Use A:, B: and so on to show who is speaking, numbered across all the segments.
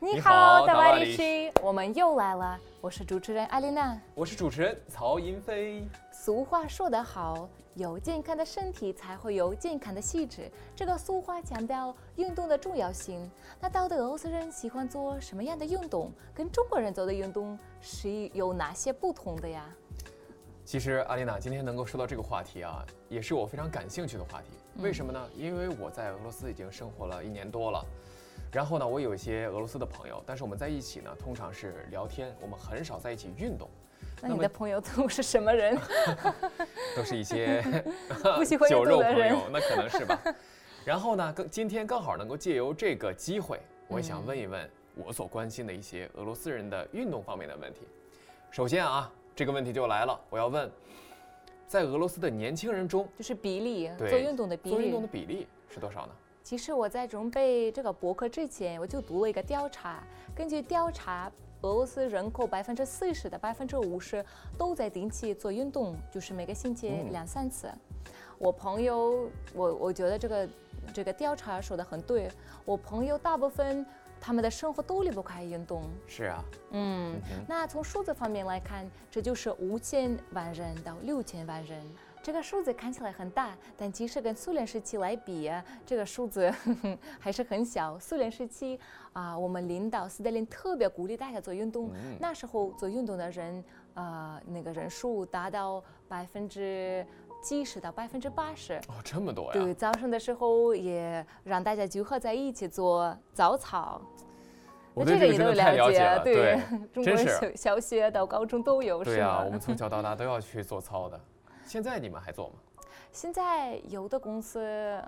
A: 你
B: 好
A: 好，
B: 大
A: 大
B: 瓦
A: 瓦
B: 里
A: 里西，我们又来了。我是主持人艾丽娜。
B: 我是主持人曹银飞。
A: 俗话说得好，有健康的身体才会有健康的气质。这个俗话强调运动的重要性。那到底俄罗斯人喜欢做什么样的运动？跟中国人做的运动是有哪些不同的呀？
B: 其实阿丽娜今天能够说到这个话题啊，也是我非常感兴趣的话题。为什么呢？因为我在俄罗斯已经生活了一年多了，然后呢，我有一些俄罗斯的朋友，但是我们在一起呢，通常是聊天，我们很少在一起运动，
A: 那
B: 那
A: 你
B: 么
A: 的朋友都是什么人？
B: 都是一些
A: 不喜欢运
B: 酒肉
A: 动的
B: 朋
A: 人
B: 友，那可能 是吧。然后呢，更今天刚好能够借由这个机会，我也
A: 嗯
B: 想问一问我所关心的一些俄罗斯人的运动方面的问题。首先啊，这个问题就来了，我要问，在俄罗斯的年轻人中，
A: 就是比例，
B: 对
A: 做运动的比例。
B: 做运动的比例是多少呢？
A: 其实我在准备这个博客之前，我就读了一个调查。根据调查，俄罗斯人口百分之四十到百分之五十都在定期做运动，就是每个星期
B: 嗯
A: 两三次。我朋友，我我觉得这个这个调查说的很对。我朋友大部分他们的生活都离不开运动。
B: 是啊，
A: 嗯
B: 嗯，哼
A: 那从数字方面来看，这就是五千万人到六千万人。这个数字看起来很大，但其实跟苏联时期来比，这个数字 还是很小。苏联时期啊、我们领导斯大林特别鼓励大家做运动，
B: 嗯
A: 那时候做运动的人，呃，那个人数达到百分之七十到百分之八十。
B: 哦，这么多
A: 对，
B: 呀，
A: 早上的时候也让大家聚合在一起做早操，
B: 我
A: 那
B: 对
A: 这
B: 这
A: 个也都
B: 个真的
A: 有
B: 太了解了，
A: 对，
B: 对，
A: 中
B: 真
A: 国
B: 是
A: 小小学到高中都有，
B: 对
A: 是
B: 呀，
A: 吗？
B: 我 们从小到大都要去做操的。现在你们还做吗？
A: 现在有的公司，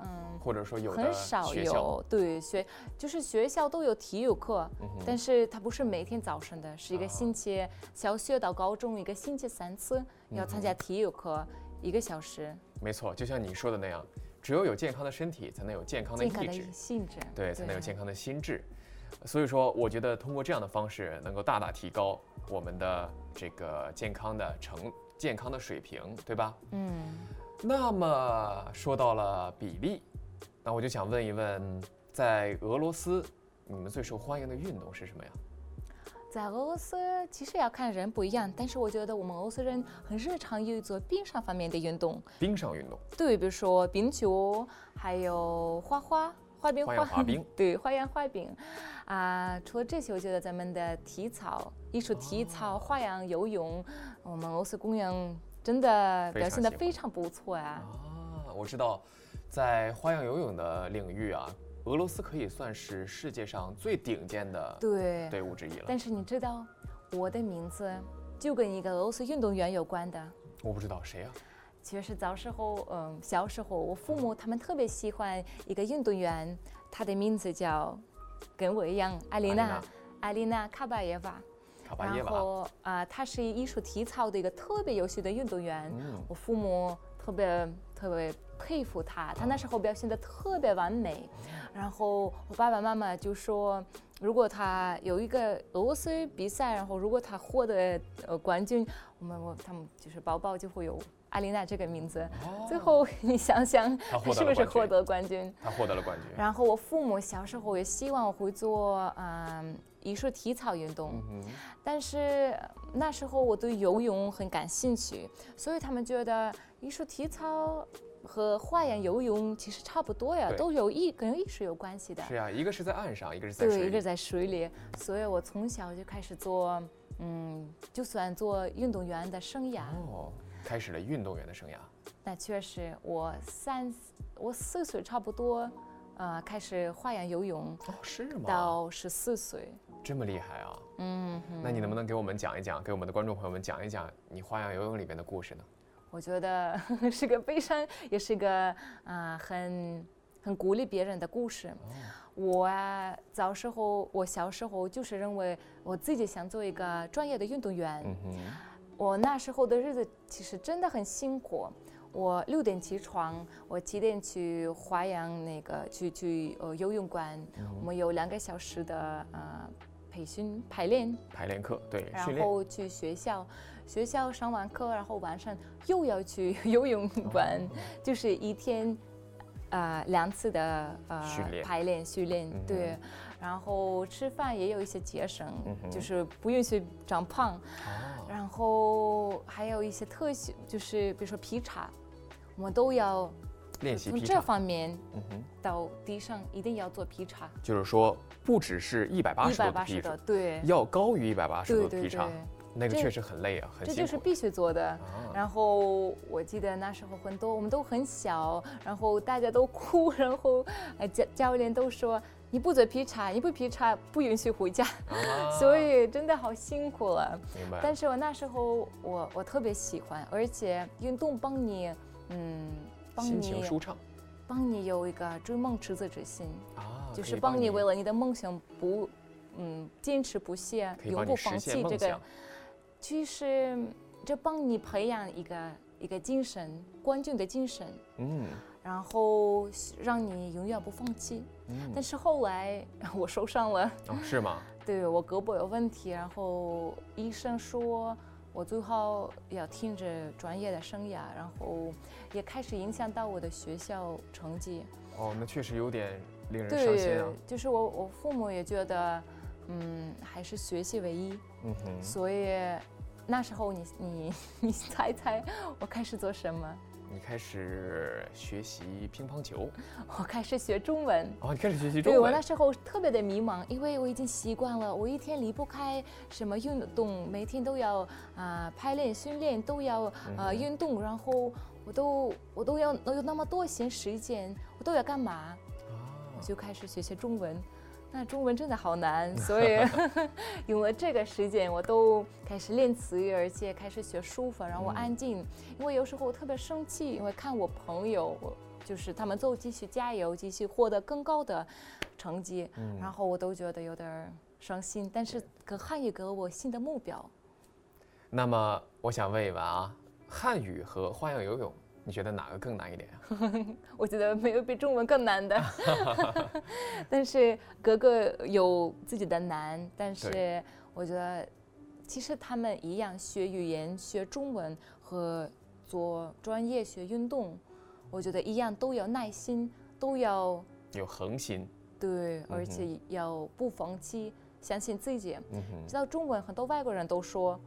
A: 嗯，
B: 或者说有的
A: 很少
B: 学校，
A: 有，对学就是学校都有体育课，
B: 嗯哼
A: 但是它不是每天早上的，是一
B: 啊
A: 个星期，小学到高中一个星期三次
B: 嗯
A: 要参加体育课，一个小时，
B: 没错，就像你说的那样，只有有健康的身体，才能有健康的
A: 健
B: 意
A: 康的
B: 志，
A: 性质，
B: 对，才能有健康的心智。所以说，我觉得通过这样的方式，能够大大提高我们的这个健康的成健康的水平，对吧？
A: 嗯。
B: 那么说到了比例，那我就想问一问，在俄罗斯，你们最受欢迎的运动是什么呀？
A: 在俄罗斯其实要看人不一样，但是我觉得我们俄罗斯人很擅长于做冰上方面的运动，
B: 冰上运动，
A: 对，比如说冰球，还有花花。花冰
B: 花 样滑冰
A: 对，花样滑冰，啊、除了这些，我觉得咱们的体操、艺术体
B: 哦
A: 操、花样游泳，我们俄罗斯公园真的
B: 非
A: 表现
B: 常
A: 的
B: 喜欢
A: 非常不错呀、
B: 啊，我知道，在花样游泳的领域啊，俄罗斯可以算是世界上最顶尖的
A: 对，
B: 队伍之一了。
A: 但是你知道，我的名字就跟一个俄罗斯运动员有关的，
B: 我不知道谁呀、啊
A: 其实早时候，嗯，小时候，我父母他们特别喜欢一个运动员，他的名字叫跟我一样，艾琳
B: 艾琳
A: 娜
B: 娜，
A: 艾琳娜卡巴耶娃。
B: 卡巴耶
A: 然
B: 娃。
A: 后啊、呃她是艺术体操的一个特别优秀的运动员，
B: 嗯，
A: 我父母特别特别佩服她，她那时候表现得特别完美。
B: 嗯
A: 然后我爸爸妈妈就说，如果她有一个俄罗斯比赛，然后如果她获得呃冠军，我们我他们就是宝宝就会有艾琳娜这个名字。
B: 哦
A: 最后你想想，
B: 她获
A: 她是不是
B: 得了冠军
A: 获得冠军？
B: 他获得了冠军。
A: 然后我父母小时候也希望我会做嗯、艺术体操运动，
B: 嗯
A: 但是呃那时候我对游泳很感兴趣，所以他们觉得艺术体操和花样游泳其实差不多呀，
B: 对
A: 都有艺跟艺术有关系的
B: 哼，。是呀、一个是在岸上，一个是在
A: 对，
B: 水
A: 一个
B: 里。
A: 在水里，所以我从小就开始做，嗯，就算做运动员的生涯。
B: 哦，开始了运动员的生涯。
A: 那确实，我三我四岁差不多，呃，开始花样游泳，
B: 哦，是吗？
A: 到十四岁。
B: 这么厉害啊！
A: 嗯哼，
B: 那你能不能给我们讲一讲，给我们的观众朋友们讲一讲你花样游泳里面的故事呢？
A: 我觉得 是个悲伤，也是个啊、呃很很鼓励别人的故事。
B: 哦
A: 我啊，早时候，我小时候就是认为我自己想做一个专业的运动员。
B: 嗯哼，
A: 我那时候的日子其实真的很辛苦。我六点起床，我七点去华阳那个去去呃游泳馆，我们有两个小时的呃培训排练，
B: 排练课对
A: 然
B: 训练。
A: 后去学校，学校上完课，然后晚上又要去 游泳
B: 哦
A: 馆，就是一天，呃，两次的呃
B: 训练嗯
A: 排练训练，对。然后吃饭也有一些节省，
B: 嗯哼
A: 就是不允许长胖，
B: 啊，
A: 然后还有一些特许，就是比如说劈叉，我们都要
B: 练习
A: 从
B: 劈
A: 这
B: 叉，
A: 方面
B: 嗯哼，
A: 到地上一定要做劈叉，
B: 就是说不只是一百八
A: 一
B: 十
A: 百
B: 度的
A: 八
B: 劈
A: 十度
B: 叉，，
A: 对，
B: 要高于一百八十
A: 对
B: 度的
A: 对
B: 劈叉
A: 对，，
B: 那个
A: 这
B: 确实很累啊，很
A: 这
B: 辛
A: 就是
B: 苦。
A: 必须做的。
B: 啊，
A: 然后我记得那时候很多，我们都很小，然后大家都哭，然后呃教教练都说你不准劈叉，你不劈叉不允许回家，
B: 啊
A: 所以真的好辛苦了。
B: 明白。
A: 但是我那时候我我特别喜欢，而且运动帮你，嗯，帮
B: 心情
A: 你
B: 舒畅
A: 帮你有一个追梦赤子之心，
B: 啊，
A: 就
B: 可
A: 是
B: 以
A: 帮你为了你的梦想不，嗯，坚持不懈，
B: 可以
A: 永
B: 帮
A: 不
B: 你
A: 放
B: 实
A: 弃
B: 现
A: 这
B: 梦
A: 个
B: 想。。
A: 就是这帮你培养一个一个精神，冠军的精神，
B: 嗯
A: 然后让你永远不放弃。但
B: 嗯，
A: 是后来我受伤了，
B: 哦，是吗？
A: 对我胳膊有问题，然后医生说我最好要停止专业的生涯，然后也开始影响到我的学校成绩。
B: 哦，那确实有点令人伤心
A: 对
B: 啊。，
A: 就是我我父母也觉得，嗯，还是学习为一。
B: 嗯哼，
A: 所以那时候你 你你猜猜我开始做什么？
B: 你开始学习乒乓球
A: 我开始学中文。
B: 哦，你开始学习
A: 对
B: 中
A: 我那
B: 文。
A: 时候特别的迷茫，因为我已经习惯了，我一天离不开什么运动，每天都要啊、排练、训练，都要
B: 嗯
A: 呃
B: 哼
A: 运动，然后我都我都要有那么多闲时间，我都要干嘛？我
B: 啊
A: 就开始学习中文。那中文真的好难，所 以有了这个时间，我都开始练词语，而且开始学书法，然后我
B: 嗯
A: 安静。因为有时候我特别生气，因为看我朋友，我就是他们都继续加油，继续获得更高的成绩，
B: 嗯
A: 然后我都觉得有点儿伤心。但是可汉语给了我新的目标，
B: 那么我想问一问啊，汉语和花样游泳，你觉得哪个更难一点啊？
A: 我觉得没有比中文更难 的，但是各个有自己的难，但是我觉得其实他们一样学语言、学中文和做专业学运动，我觉得一样都要耐心，都要
B: 有恒心。
A: 对，
B: 嗯哼
A: 而且要不放弃，相信自己。
B: 嗯哼，
A: 知道中文，很多外国人都说，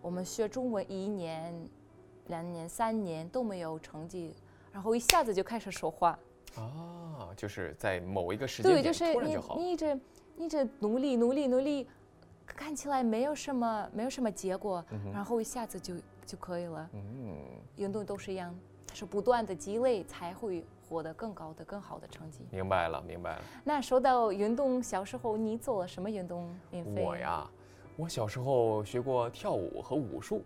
A: 我们学中文一年、两年、三年都没有成绩，然后一下子就开始说话。
B: 啊，就是在某一个时间
A: 对，
B: 点
A: 就是
B: 突然
A: 你
B: 就好。
A: 你一直你一直努力努力努力，看起来没有什么没有什么结果，然后一下子就就可以了。
B: 嗯，
A: 运动都是一样，它是不断的积累才会获得更高的、更好的成绩。
B: 明白了，明白了。
A: 那说到运动，小时候你做了什么运动？免费
B: 我呀，我小时候学过跳舞和武术。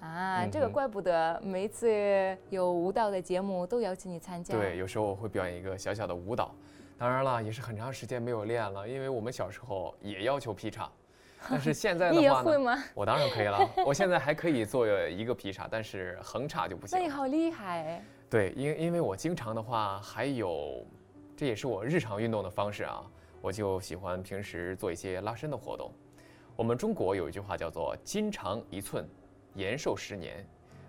A: 啊，
B: 嗯
A: 这个
B: 哼
A: 怪不得每一次有舞蹈的节目都邀请你参加。
B: 对，，有时候我会表演一个小小的舞蹈，当然了，也是很长时间没有练了，因为我们小时候也要求劈叉，但是现在
A: 你
B: 的
A: 也
B: 话
A: 会
B: 呢，
A: 吗？
B: 我当然可以了，我现在还可以做一个劈叉，但是横叉就不
A: 那
B: 行
A: 你
B: 了。
A: 好厉害！
B: 对，因因为我经常的话，还有，这也是我日常运动的方式啊，我就喜欢平时做一些拉伸的活动。我们中国有一句话叫做“筋长一寸，延寿十年”，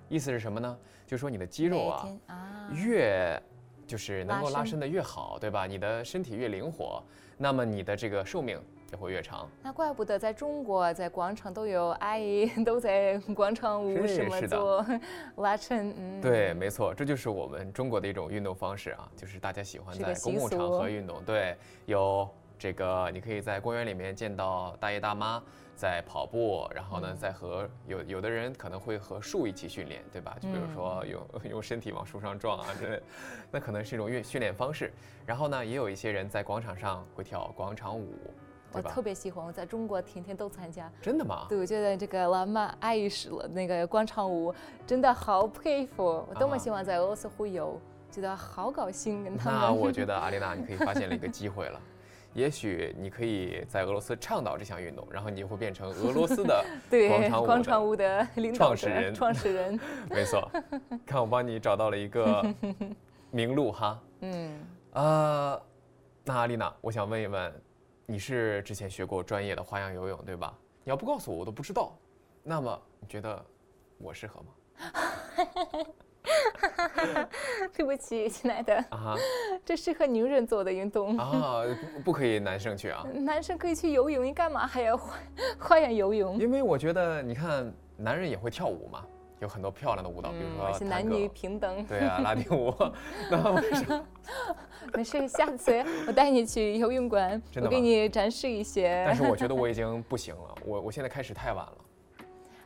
B: 意思是什么呢？就是说你的肌
A: 肌
B: 肉啊，
A: 啊，
B: 越就是能够
A: 拉
B: 拉
A: 伸
B: 伸的越好，对吧？你的身体越灵活，那么你的这个寿命也会越长。
A: 那怪不得在中国，在广场都有阿姨 都在广场舞
B: 是
A: 什么
B: 是的
A: 做 拉伸，嗯，
B: 对，没错，这就是我们中国的一种运动方式啊，就是大家喜欢
A: 是个
B: 在公共
A: 习俗
B: 场合运动。对，有这个你可以在公园里面见到大爷大妈在跑步，然后呢，
A: 嗯
B: 再和有有的人可能会和树一起训练，对吧？就比如
A: 嗯
B: 说用、 用身体往树上撞啊之类的，那可能是一种运训练方式。然后呢，也有一些人在广场上会跳广场舞，
A: 我
B: 对吧
A: 特？别喜欢，我在中国天天都参加。
B: 真的吗？
A: 对，我觉得这个老曼阿姨是那个广场舞真的好佩服，我多么
B: 啊
A: 希望在俄罗斯会有，觉得好高兴跟 他们。
B: 那我觉得阿丽娜，你可以发现了一个机会了。也许你可以在俄罗斯倡导这项运动，然后你就会变成俄罗斯 的
A: 对
B: 广场
A: 舞
B: 舞的
A: 的领导
B: 创
A: 者
B: 始人
A: 创始人，
B: 没错，看我帮你找到了一个 明路哈。
A: 嗯，
B: 呃，那阿丽娜，我想问一问，你是之前学过专业的花样游泳对吧？你要不告诉我，我都不知道。那么你觉得我适合吗？
A: 对不起，亲爱的，
B: 啊
A: 这适合女人做的运动。
B: 哈啊，不不可以男生去啊，
A: 男生可以去游泳，你干嘛还要花花样游泳？
B: 因为我觉得你看男人也会跳舞嘛，有很多漂亮的舞蹈，比如
A: 嗯，
B: 说
A: 而且男
B: 啊探戈
A: 女平等。
B: 对啊，拉丁舞，那为什么？
A: 没事，下次我带你去游泳馆，
B: 真的
A: 我
B: 吗
A: 给你展示一
B: 但
A: 些。
B: 是我觉得我已经不行了，我我现在开始太晚了。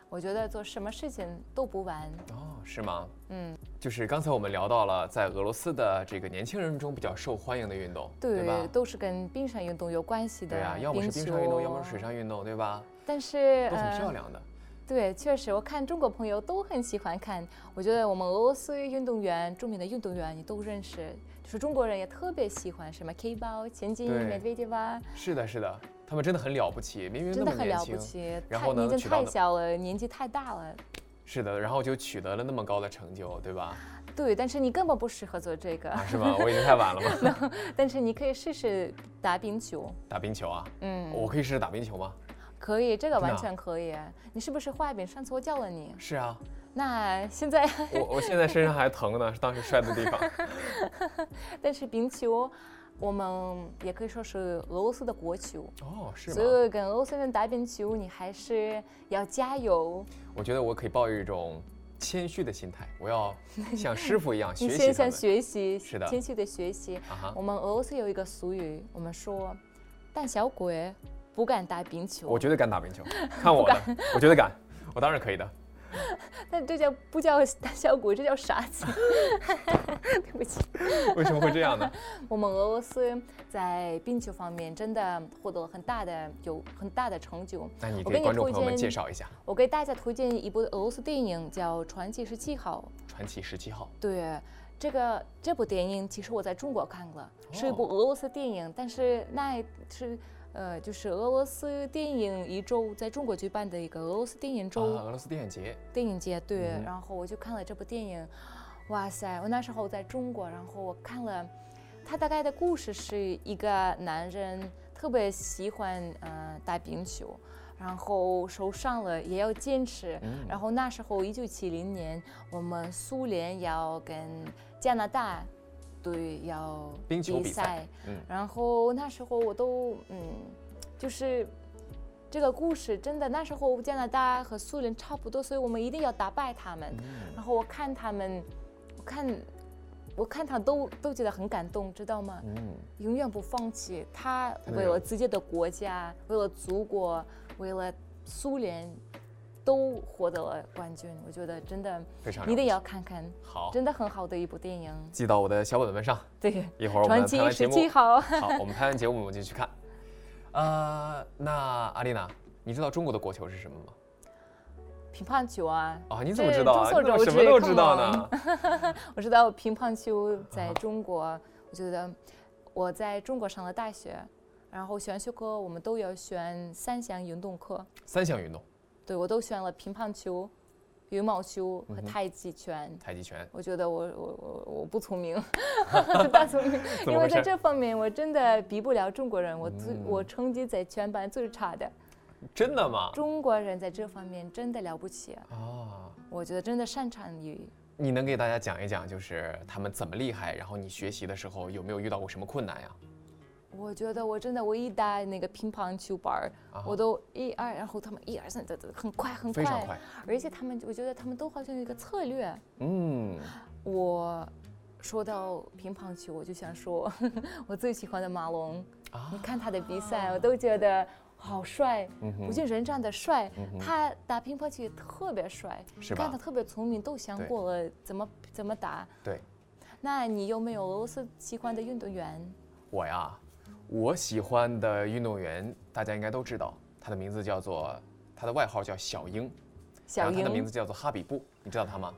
A: 我觉得做什么事情都不晚。
B: 哦，是吗？
A: 嗯，
B: 就是刚才我们聊到了，在俄罗斯的这个年轻人中比较受欢迎的运动，对吧？
A: 都是跟冰上运动有关系的。
B: 对啊，要么是冰上运动，要么
A: 球
B: 是水。上运动，对吧？
A: 但是
B: 都很漂
A: 呃，
B: 亮的。
A: 对，确实，我看中国朋友都很喜欢看。我觉得我们俄罗斯运动员，著名的运动员你都认识，就是中国人也特别喜欢什么 K 包、钱金、
B: 对
A: m e d v e d e v a
B: 是的，是的，他们真的很了不起，明明那
A: 真的
B: 么
A: 很
B: 年
A: 了不
B: 轻，
A: 起。太
B: 然后呢
A: 年纪
B: 取到
A: 太
B: 的
A: 小了，年纪太大了。
B: 是的，然后就取得了那么高的成就，对 吧？
A: 对，但是你根本不适合做这个。
B: 啊，是吗？我已经太晚了吗？
A: 但是你可以试试打冰球，
B: 打冰球啊，
A: 嗯，
B: 我可以试试打冰球吗？
A: 可以，这个
B: 真的
A: 完
B: 啊
A: 全可以。你是不是画饼？上次我教了你，
B: 是啊，
A: 那现在，
B: 我我现在身上还疼呢，是当时摔的地方。
A: 但是冰球，我们也可以说是俄罗斯的国球，
B: 哦，是
A: 所
B: 吗？
A: 以跟俄罗斯人打冰球，你还是要加油。
B: 我觉得我可以抱有一种谦虚的心态，我要像师傅 一样
A: 你
B: 学习
A: 先
B: 他
A: 向
B: 们。
A: 学习，
B: 是的
A: 谦虚的学习。
B: 啊哈，
A: 我们俄罗斯有一个俗语，我们说，胆小鬼不敢打冰
B: 我
A: 球，
B: 绝对敢打冰球，看我的，我绝对敢，我当然可以的。
A: 但这叫不叫胆小鬼，这叫傻子。 对不起。
B: 为什么会这样呢？
A: 我们俄罗斯在冰球方面真的获得了很大的有很大的成就。
B: 那你
A: 我
B: 给
A: 给你
B: 观众
A: 推
B: 朋友们
A: 荐
B: 介绍一下
A: 我给大家推荐一部俄罗斯电影，叫《传奇十七号
B: 《传奇十七号》》。
A: 对，这个这部电影其实我在中国看了，是一部俄罗斯电影，但是那是呃，就是俄罗斯电影一周在中国举办的一个俄罗斯电影周。
B: 啊，俄罗斯电影节，
A: 电影节对，
B: 嗯哼
A: 然后我就看了这部电影，哇塞！我那时候在中国，然后我看了，他大概的故事是一个男人特别喜欢呃打冰球，然后受伤了也要坚持，
B: 嗯
A: 然后那时候一九七零年，我们苏联要跟加拿大对要
B: 冰球比赛
A: 赛
B: 嗯
A: 然后那时候我都嗯，就是这个故事真的，那时候加拿大和苏联差不多，所以我们一定要打败他们。
B: 嗯
A: 然后我看他们，我看我看他都都觉得很感动，知道吗？
B: 嗯，
A: 永远不放弃，他
B: 他那
A: 为了
B: 种
A: 自己的国家，为了祖国，为了苏联，都获得了冠军。我觉得真的
B: 非常
A: 一定
B: 了
A: 要看看，
B: 不起好，
A: 真的很好的一部电影。
B: 记到我的小本本上。
A: 对，
B: 一会儿我
A: 传
B: 们拍
A: 奇
B: 完节
A: 十
B: 目，
A: 七号。
B: 好，我们拍完节目我们就去看。呃，那阿丽娜，你知道中国的国球是什么吗？
A: 乒乓球啊，
B: 啊，你怎么
A: 这
B: 知道啊？
A: 众
B: 你
A: 所
B: 怎么
A: 周
B: 什
A: 知，come
B: 么都知道呢？
A: 我知道乒乓球在中国，我觉得我在中国上了大学，然后选修课我们都要选三项运动课，
B: 三项运动，
A: 对我都选了乒乓球、羽毛球
B: 嗯
A: 和太极拳。
B: 太极拳，
A: 我觉得我我我我不聪 明，不大聪明，
B: 怎
A: 因
B: 么
A: 为
B: 回
A: 在
B: 事？嗯
A: 这方面我真的比不了中国人，我最、我成绩在全班最差的。
B: 真的吗？
A: 中国人在这方面真的了不起，
B: 啊，
A: 我觉得真的擅长于。
B: 你能给大家讲一讲，就是他们怎么厉害？然后你学习的时候有没有遇到过什么困难呀？
A: 我觉得我真的，我一打那个乒乓球板儿，
B: 啊
A: 我都一二，然后他们一二三，这这很快很
B: 非
A: 快，
B: 常快，
A: 而且他们，我觉得他们都好像有一个策略。
B: 嗯，
A: 我说到乒乓球，我就想说 我最喜欢的马龙，
B: 啊
A: 你看他的比赛，我都觉得好帅，
B: 嗯哼嗯
A: 不仅人长得帅，
B: 哼
A: 他打乒乓球也特别帅，
B: 是吧
A: 看他特别聪明，都想
B: 对
A: 过了怎么怎么打。
B: 对，
A: 那你有没有俄罗斯喜欢的运动员？
B: 我呀，我喜欢的运动员大家应该都知道，他的名字叫做，他的外号叫小鹰，
A: 小
B: 然后他的名
A: 英
B: 字、叫做哈比布，你知道他吗？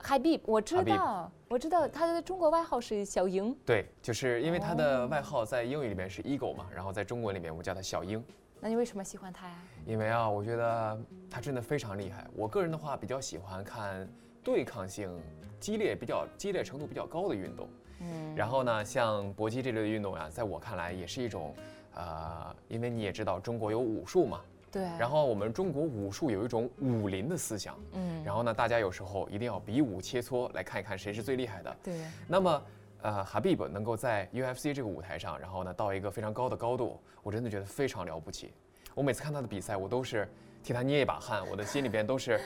A: 海比，我知
B: Habib
A: 道，我知道他的中国外号是小英。
B: 对，就是因为他
A: 哦
B: 的外号在英语里面是 Eagle 嘛，然后在中文里面我叫他小鹰，
A: 那你为什么喜欢他呀？
B: 因为啊，我觉得他真的非常厉害。我个人的话比较喜欢看对抗性激烈、比较激烈程度比较高的运动。
A: 嗯，
B: 然后呢，像搏啊击这类的运动呀、在我看来也是一种，呃，因为你也知道中国有武术嘛，
A: 对，
B: 然后我们中国武术有一种武林的思想，
A: 嗯，
B: 然后呢，大家有时候一定要比武切磋，来看一看谁是最厉害的。
A: 对，
B: 那么，呃，哈比本能够在 UFC 这个舞台上，然后呢，到一个非常高的高度，我真的觉得非常了不起。我每次看他的比赛，我都是替他捏一把汗，我的心里边都是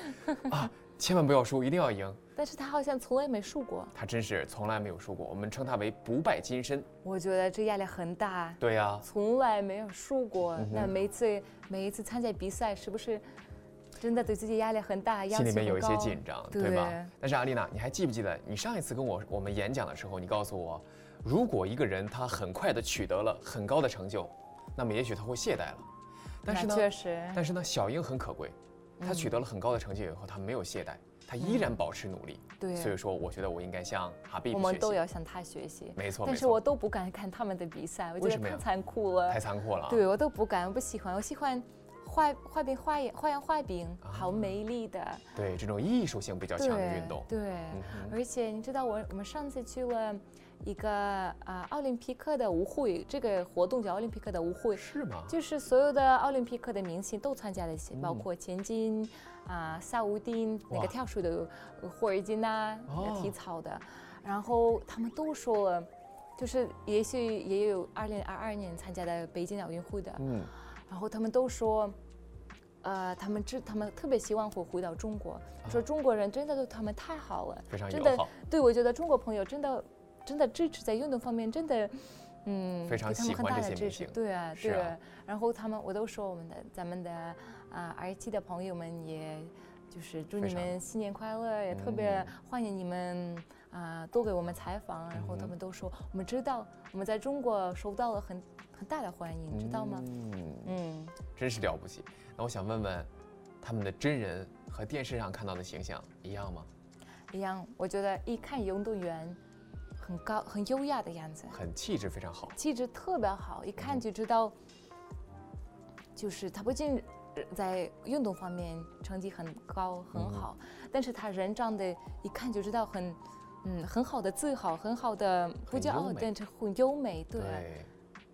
B: 啊，千万不要输，一定要赢。
A: 但是他好像从来没输过，
B: 他真是从来没有输过，我们称他为不败金身。
A: 我觉得这压力很大，
B: 对呀、
A: 从来没有输过。
B: 嗯哼
A: 那每一次每一次参加比赛，是不是真的对自己压力很大？要
B: 心里
A: 求
B: 面有
A: 很
B: 一些
A: 高
B: 紧张，
A: 对
B: 吧？但是阿丽娜，你还记不记得你上一次跟我我们演讲的时候，你告诉我，如果一个人他很快的取得了很高的成就，那么也许他会懈怠了。但是
A: 那
B: 呢，
A: 确实，
B: 但是呢，小英很可贵，她取得了很高的成就以后，她没有懈怠，她依然保持努力。
A: 嗯对啊
B: 所以说我觉得我应该向哈比
A: 我
B: 比
A: 们
B: 学
A: 都
B: 习。
A: 要向他学习。
B: 没错，
A: 但
B: 没
A: 是我
B: 错，
A: 都不敢看他们的比赛，我
B: 为
A: 觉
B: 什么
A: 得
B: 呀
A: 太残酷了
B: 太。残酷了啊。
A: 对我都不敢，我不喜欢，我喜欢画画饼、画眼、画样、画饼，好
B: 啊
A: 美丽的。
B: 对，这种艺术性比较强的运动。
A: 对，对
B: 嗯哼
A: 而且你知道我我们上次去了一个呃奥林匹克的舞会，这个活动叫奥林匹克的舞会，
B: 是吗？
A: 就是所有的奥林匹克的明星都参加了一些，包
B: 嗯
A: 括钱金啊、萨乌丁那
B: 哇
A: 个跳水的呃霍尔金呐、
B: 哦
A: 体操的，然后他们都说了，就是也许也有2022年参加的北京奥运会的，
B: 嗯，
A: 然后他们都说，呃，他们知他们特别希望会回到中国，
B: 啊
A: 说中国人真的对他们太好了，
B: 非常
A: 真
B: 友
A: 的
B: 好，
A: 对我觉得中国朋友真的真的支持在运动方面真的，嗯，
B: 非常
A: 给他们
B: 喜欢
A: 很大的
B: 这些
A: 支
B: 明
A: 持，
B: 星
A: 对啊，
B: 是
A: 对
B: 啊
A: 然后他们我都说我们的咱们的啊 R 七的朋友们也。就是祝
B: 非
A: 你
B: 常嗯
A: 们新年快乐，也特别欢迎你们啊、多给我们采访。然
B: 嗯
A: 后他们都说，我们知道我们在中国受到了很很大的欢迎，知道吗？
B: 嗯，
A: 嗯，
B: 真是了不起。那我想问问，他们的真人和电视上看到的形象一样吗？
A: 一样，我觉得一看运动员，很高很优雅的样子，
B: 很气质非常好，
A: 气质特别
B: 嗯
A: 好，一看就知道，就是他不仅呃在运动方面成绩很高很好，
B: 嗯
A: 但是他人长得一看就知道很，嗯，很好的自豪，很好的不
B: 很
A: 骄
B: 优
A: 傲，
B: 美
A: 但是很优美，对，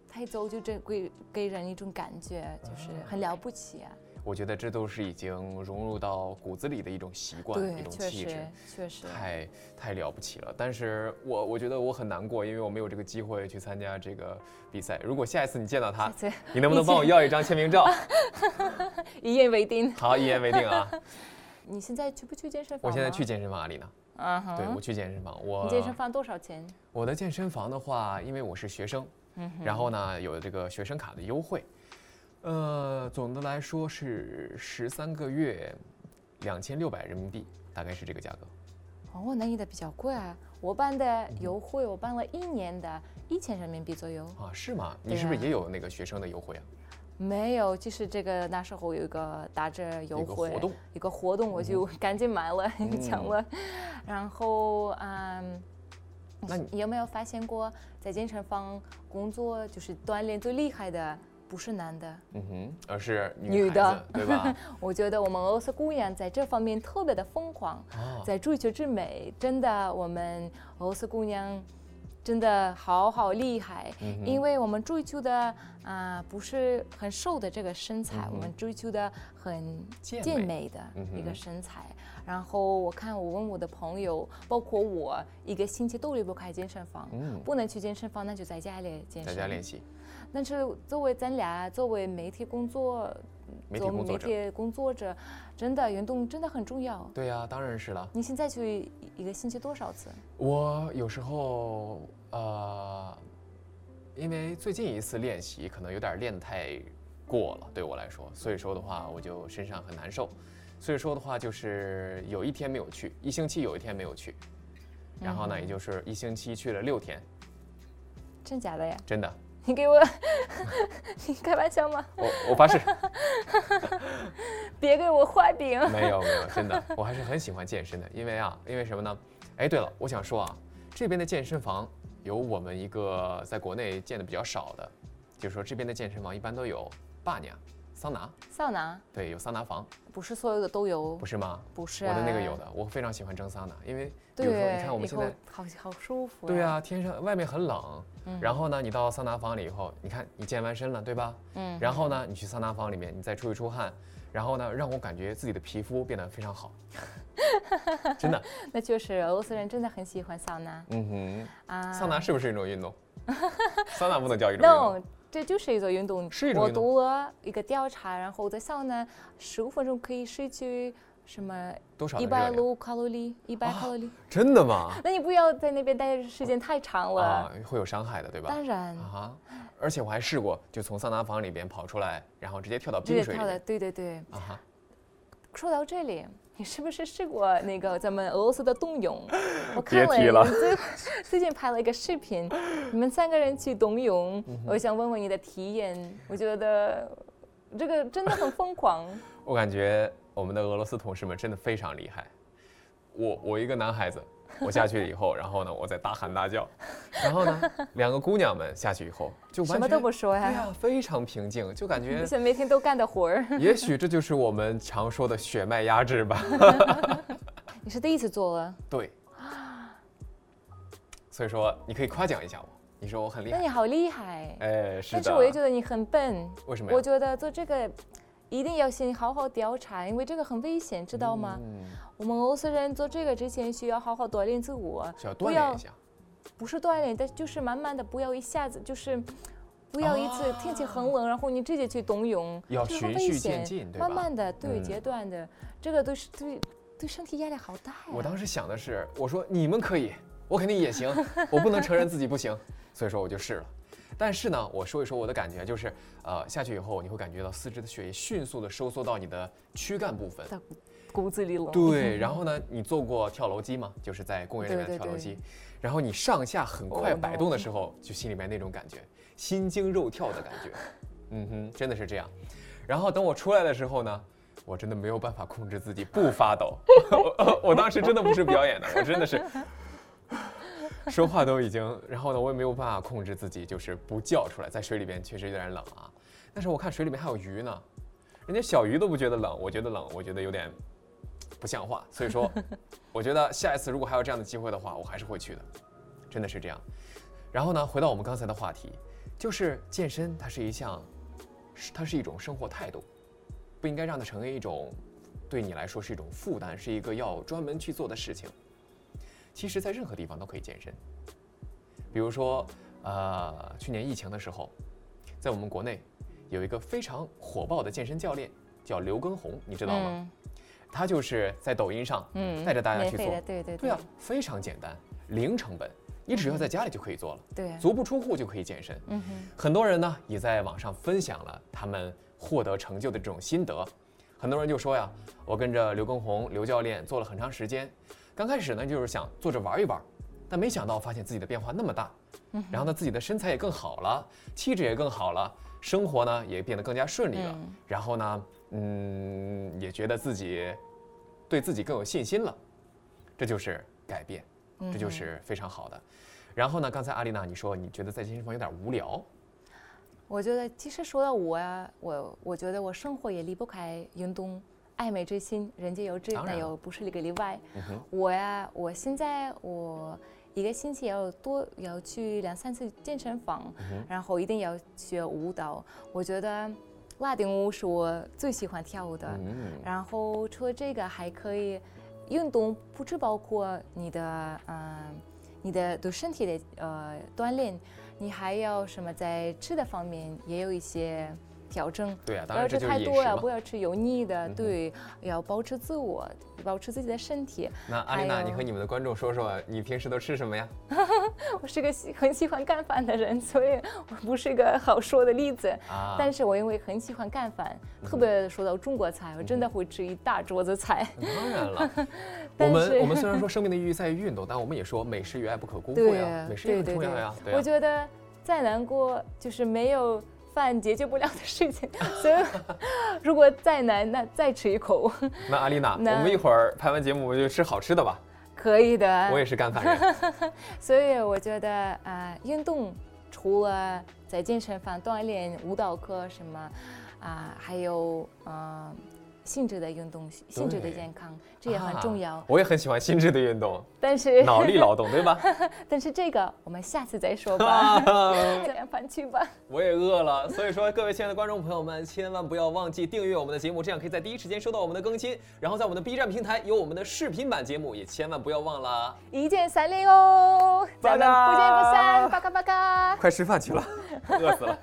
A: 他一走就这给给人一种感觉，就是很了不起啊，
B: 我觉得这都是已经融入到骨子里的一种习惯，一
A: 对，
B: 种
A: 确
B: 气质
A: 实。确实，
B: 太太了不起了，但是我我觉得我很难过，因为我没有这个机会去参加这个比赛。如果下一次你见 到他，
A: 对，
B: 你能不能帮我要一张 签名照？
A: 一言为定。
B: 好，一言为 定啊！
A: 你现在去不去健身
B: 我
A: 房？
B: 现在去，健身房，阿丽娜，
A: 嗯哼，
B: 对我去健身房，我
A: 你健身房多少钱？
B: 我的健身房的话，因为我是学生，
A: 嗯
B: 然后呢有这个学生卡的优惠，呃，总的来说是十三个月两千六百人民币，大概是这个价格。
A: 哦，那你的比较贵啊。我办的优惠，我办了一年的，一千人民币左右。
B: 啊，是吗？
A: 对
B: 你是不是
A: 呀
B: 也有那个学生的优惠啊？
A: 没有，就是这个那时候有一个打折优
B: 有个
A: 惠，
B: 活动，
A: 一个活动我就赶紧买了，
B: 嗯
A: 抢了。然后，嗯，
B: 那你
A: 你有没有发现过，在健身房工作就是锻炼最厉害的不是男的？
B: 嗯哼，而是
A: 女
B: 女孩
A: 的
B: 子， 对吧？
A: 我觉得我们俄罗斯姑娘在这方面特别的疯狂。
B: 啊，
A: 在追求之美，真的，我们俄罗斯姑娘真的好好厉害，
B: 嗯哼
A: 因为我们追求的啊、不是很瘦的这个身材，
B: 嗯哼
A: 我们追求的很
B: 健
A: 健
B: 美
A: 美的
B: 嗯哼
A: 一个身材。然后我看我问我的朋友，包括我，一个星期都离不开健身房。
B: 嗯，
A: 不能去健身房，那就在家里健
B: 在
A: 身。
B: 家练习，
A: 但是作为咱俩作为媒体工作，
B: 媒
A: 嗯
B: 体
A: 做
B: 工作
A: 媒
B: 者。
A: 体工作者，真的运动真的很重要。
B: 对呀、当然是了。
A: 你现在去一个星期多少次？
B: 我有时候呃，因为最近一次练习可能有点练太过了，对我来说，所以说的话我就身上很难受，所以说的话就是有一天没有去，一星期有一天没有去，然后呢，也就是一星期去了六天，
A: 真假的呀？
B: 真的，
A: 你给我， 你开玩笑吗？
B: 我我发誓
A: 别给我画饼。
B: 没有没有，真的，我还是很喜欢健身的，因为啊，因 为什么呢？哎，对了，我想说啊，这边的健身房有我们一个在国内见的比较少的，就是说这边的健身房一般都有 b a 桑拿，
A: 桑拿
B: 对，有桑拿房，
A: 不是所有的都有
B: 不，是吗？
A: 不是
B: 我的那个
A: 哎
B: 有的，我非常喜欢蒸桑拿，因为比如说
A: 对，
B: 你看我们
A: 以
B: 现
A: 后
B: 在，
A: 好好舒服。
B: 对，啊，天上外面很冷，
A: 嗯
B: 然后呢，你到桑拿房里以后，你看你健完身了，对吧？
A: 嗯，
B: 然后呢，你去桑拿房里面，你再出一出汗，然后呢，让我感觉自己的皮肤变得非 常好，真的，
A: 那就是俄罗斯人真的很喜欢桑拿
B: 嗯
A: 啊。
B: 哼，桑拿是不是一 种运动？桑拿不能叫一种运动，
A: no，这就是一种运动。
B: 是一种
A: 我
B: 运动
A: 读了一个调查，然后我在想呢，十五分钟可以摄取什么
B: 多少的
A: 一
B: 热量啊
A: 百路卡路里，一百卡路里。
B: 真的吗？
A: 那你不要在那边待着时间太长了。
B: 啊，会有伤害的，对吧？
A: 当然，
B: 啊，而且我还试过，就从桑拿房里边跑出来，然后直接跳到
A: 直
B: 冰
A: 接
B: 水里
A: 跳的，
B: 面。
A: 对对对。
B: 啊哈，
A: 说到这里，你是不是试过那个咱们俄罗斯的冬泳？我看
B: 别提了
A: 你最 最近拍了一个视频，你们三个人去冬泳，
B: 嗯
A: 我想问问你的体验。我觉得这个真的很疯狂。
B: 我感觉我们的俄罗斯同事们真的非常厉害。我我一个男孩子，我下去以后，然后呢，我在大喊大叫，然后呢，两个姑娘们下去以后就完全
A: 什么都不说
B: 对
A: 呀，
B: 呀，非常平静，就 感觉
A: 而且每天都干的活儿。
B: 也许这就是我们常说的血脉压制吧。
A: 你是第一次做了，
B: 对，所以说你可以夸奖一下我，你说我很厉
A: 那
B: 害。
A: 你好厉害。
B: 哎，是的。
A: 但是我也觉得你很笨。
B: 为什么呀？
A: 我觉得做这个一定要先好好调查，因为这个很危险，知道吗？
B: 嗯，
A: 我们俄罗斯人做这个之前需要好好锻炼自我，
B: 需要
A: 不
B: 锻
A: 要
B: 炼一下。
A: 不是锻炼，但就是慢慢的，不要一下子就是。不要一次天气很冷，然后你直接去冬泳，
B: 啊要
A: 这个很
B: 循
A: 危
B: 序
A: 险
B: 渐进对吧
A: 慢慢的，对，
B: 嗯
A: 阶段的，这个对是对对身体压力好大呀。嗯
B: 我当时想的是，我说你们可以，我肯定 也行，我不能承认自己不行，所以说我就试了。但是呢，我说一说我的感觉，就是呃下去以后，你会感觉到四肢的血液迅速的收缩到你的躯干部分。
A: 在骨骨子里冷。
B: 对，然后呢，你坐过跳楼机吗？就是在公园里
A: 对
B: 面
A: 对
B: 跳楼
A: 对
B: 机，然后你上下很快
A: Oh,
B: 摆
A: no
B: 动的时候，就心里面那种感觉，心惊肉跳的感觉。嗯哼，真的是这样。然后等我出来的时候呢，我真的没有办法控制自己不发抖。我 我当时真的不是表演的，我真的是说话都已经，然后呢，我也没有办法控制自己，就是不叫出来。在水里边确实有点冷啊，但是我看水里面还有鱼呢，人家小鱼都不觉得冷，我觉得冷，我觉得有点不像话。所以说，我觉得下一次如果还有这样的机会的话，我还是会去的，真的是这样。然后呢，回到我们刚才的话题，就是健身，它是一项，是它是一种生活态度，不应该让它成为一种对你来说是一种负担，是一个要专门去做的事情。其实，在任何地方都可以健身，比如说，呃，去年疫情的时候，在我们国内有一个非常火爆的健身教练叫刘畊宏，你知道吗？
A: 嗯
B: 他就是在抖音上
A: 嗯
B: 带着大家
A: 免
B: 去
A: 费
B: 做
A: 的，对对
B: 对啊，非常简单，零成本，你只要在家里就可以做了，
A: 对啊，
B: 足不出户就可以健身。
A: 嗯哼，
B: 很多人呢也在网上分享了他们获得成就的这种心得，很多人就说呀，我跟着刘畊宏刘教练做了很长时间，刚开始呢就是想坐着玩一玩，但没想到发现自己的变化那么大，然后呢自己的身材也更好了，气质也更好了，生活呢也变得更加顺利了，
A: 嗯
B: 然后呢，嗯，也觉得自己对自己更有信心了，这就是改变，这就是非常好的。然后呢，刚才阿丽娜你说你觉得在健身房有点无聊。
A: 我觉得其实说到我呀，我我觉得我生活也离不开运动。爱美之心，人皆有之，
B: 当
A: 那
B: 然
A: 又不是一个例外。
B: 嗯哼，
A: 我呀，我现在我一个星期要多要去两三次健身房，
B: 嗯哼
A: 然后一定要学舞蹈。我觉得拉丁舞是我最喜欢跳舞的。
B: 嗯，
A: 然后除了这个，还可以运动，不只包括你的呃你的对身体的呃锻炼，你还要什么在吃的方面也有一些调整。
B: 对啊，
A: 不
B: 当
A: 要
B: 然这
A: 吃
B: 就是
A: 太
B: 饮
A: 多
B: 食
A: 呀，
B: 嘛
A: 不。要吃油腻的，
B: 哼
A: 对，要保持自我，保持自己的身体。
B: 那阿丽
A: 还
B: 娜，
A: 有
B: 你和你们的观众说说，你平时都吃什么呀？
A: 我是个喜很喜欢干饭的人，所以我不是一个好说的例子。
B: 啊，嗯
A: 但是我因为很喜欢干饭，特别说到中国菜，我真的会吃一大桌子菜。
B: 当然 了，我
A: 但
B: 们
A: 是
B: 我们虽然说生命的意义在于运动，但我们也说美食与爱不可辜负
A: 对
B: 呀，美食也
A: 对
B: 很
A: 对
B: 重要
A: 对
B: 呀，对啊
A: 我
B: 呀。
A: 觉得再难过就是没有饭解决不了的事 情，所以如果再难，那再吃一口
B: 那阿丽娜，我
A: 那
B: 们一会儿拍完节目我们就吃好吃的吧。
A: 可以的。
B: 我也是干饭人，
A: 所以我觉得啊、呃运动除了在健身房锻炼、舞蹈课什么，啊、还有呃性质的运动、性质的
B: 对
A: 健康， 这也很
B: 啊
A: 重要。
B: 我也很喜欢心智的运动，
A: 但是
B: 脑力劳动，对吧？
A: 但是这个我们下次再说吧，
B: 啊
A: 再两盘去吧。
B: 我也饿了，所以说各位亲爱的观众朋友们，千万不要忘记订阅我们的节目，这样可以在第一时间收到我们的更新。然后在我们的 B 站平台有我们的视频版节目，也千万不要忘了啊。
A: 一键三连哦，咱们不见不
B: 拜
A: 散，
B: 拜
A: 巴嘎巴嘎。
B: 快吃饭去了，饿死了。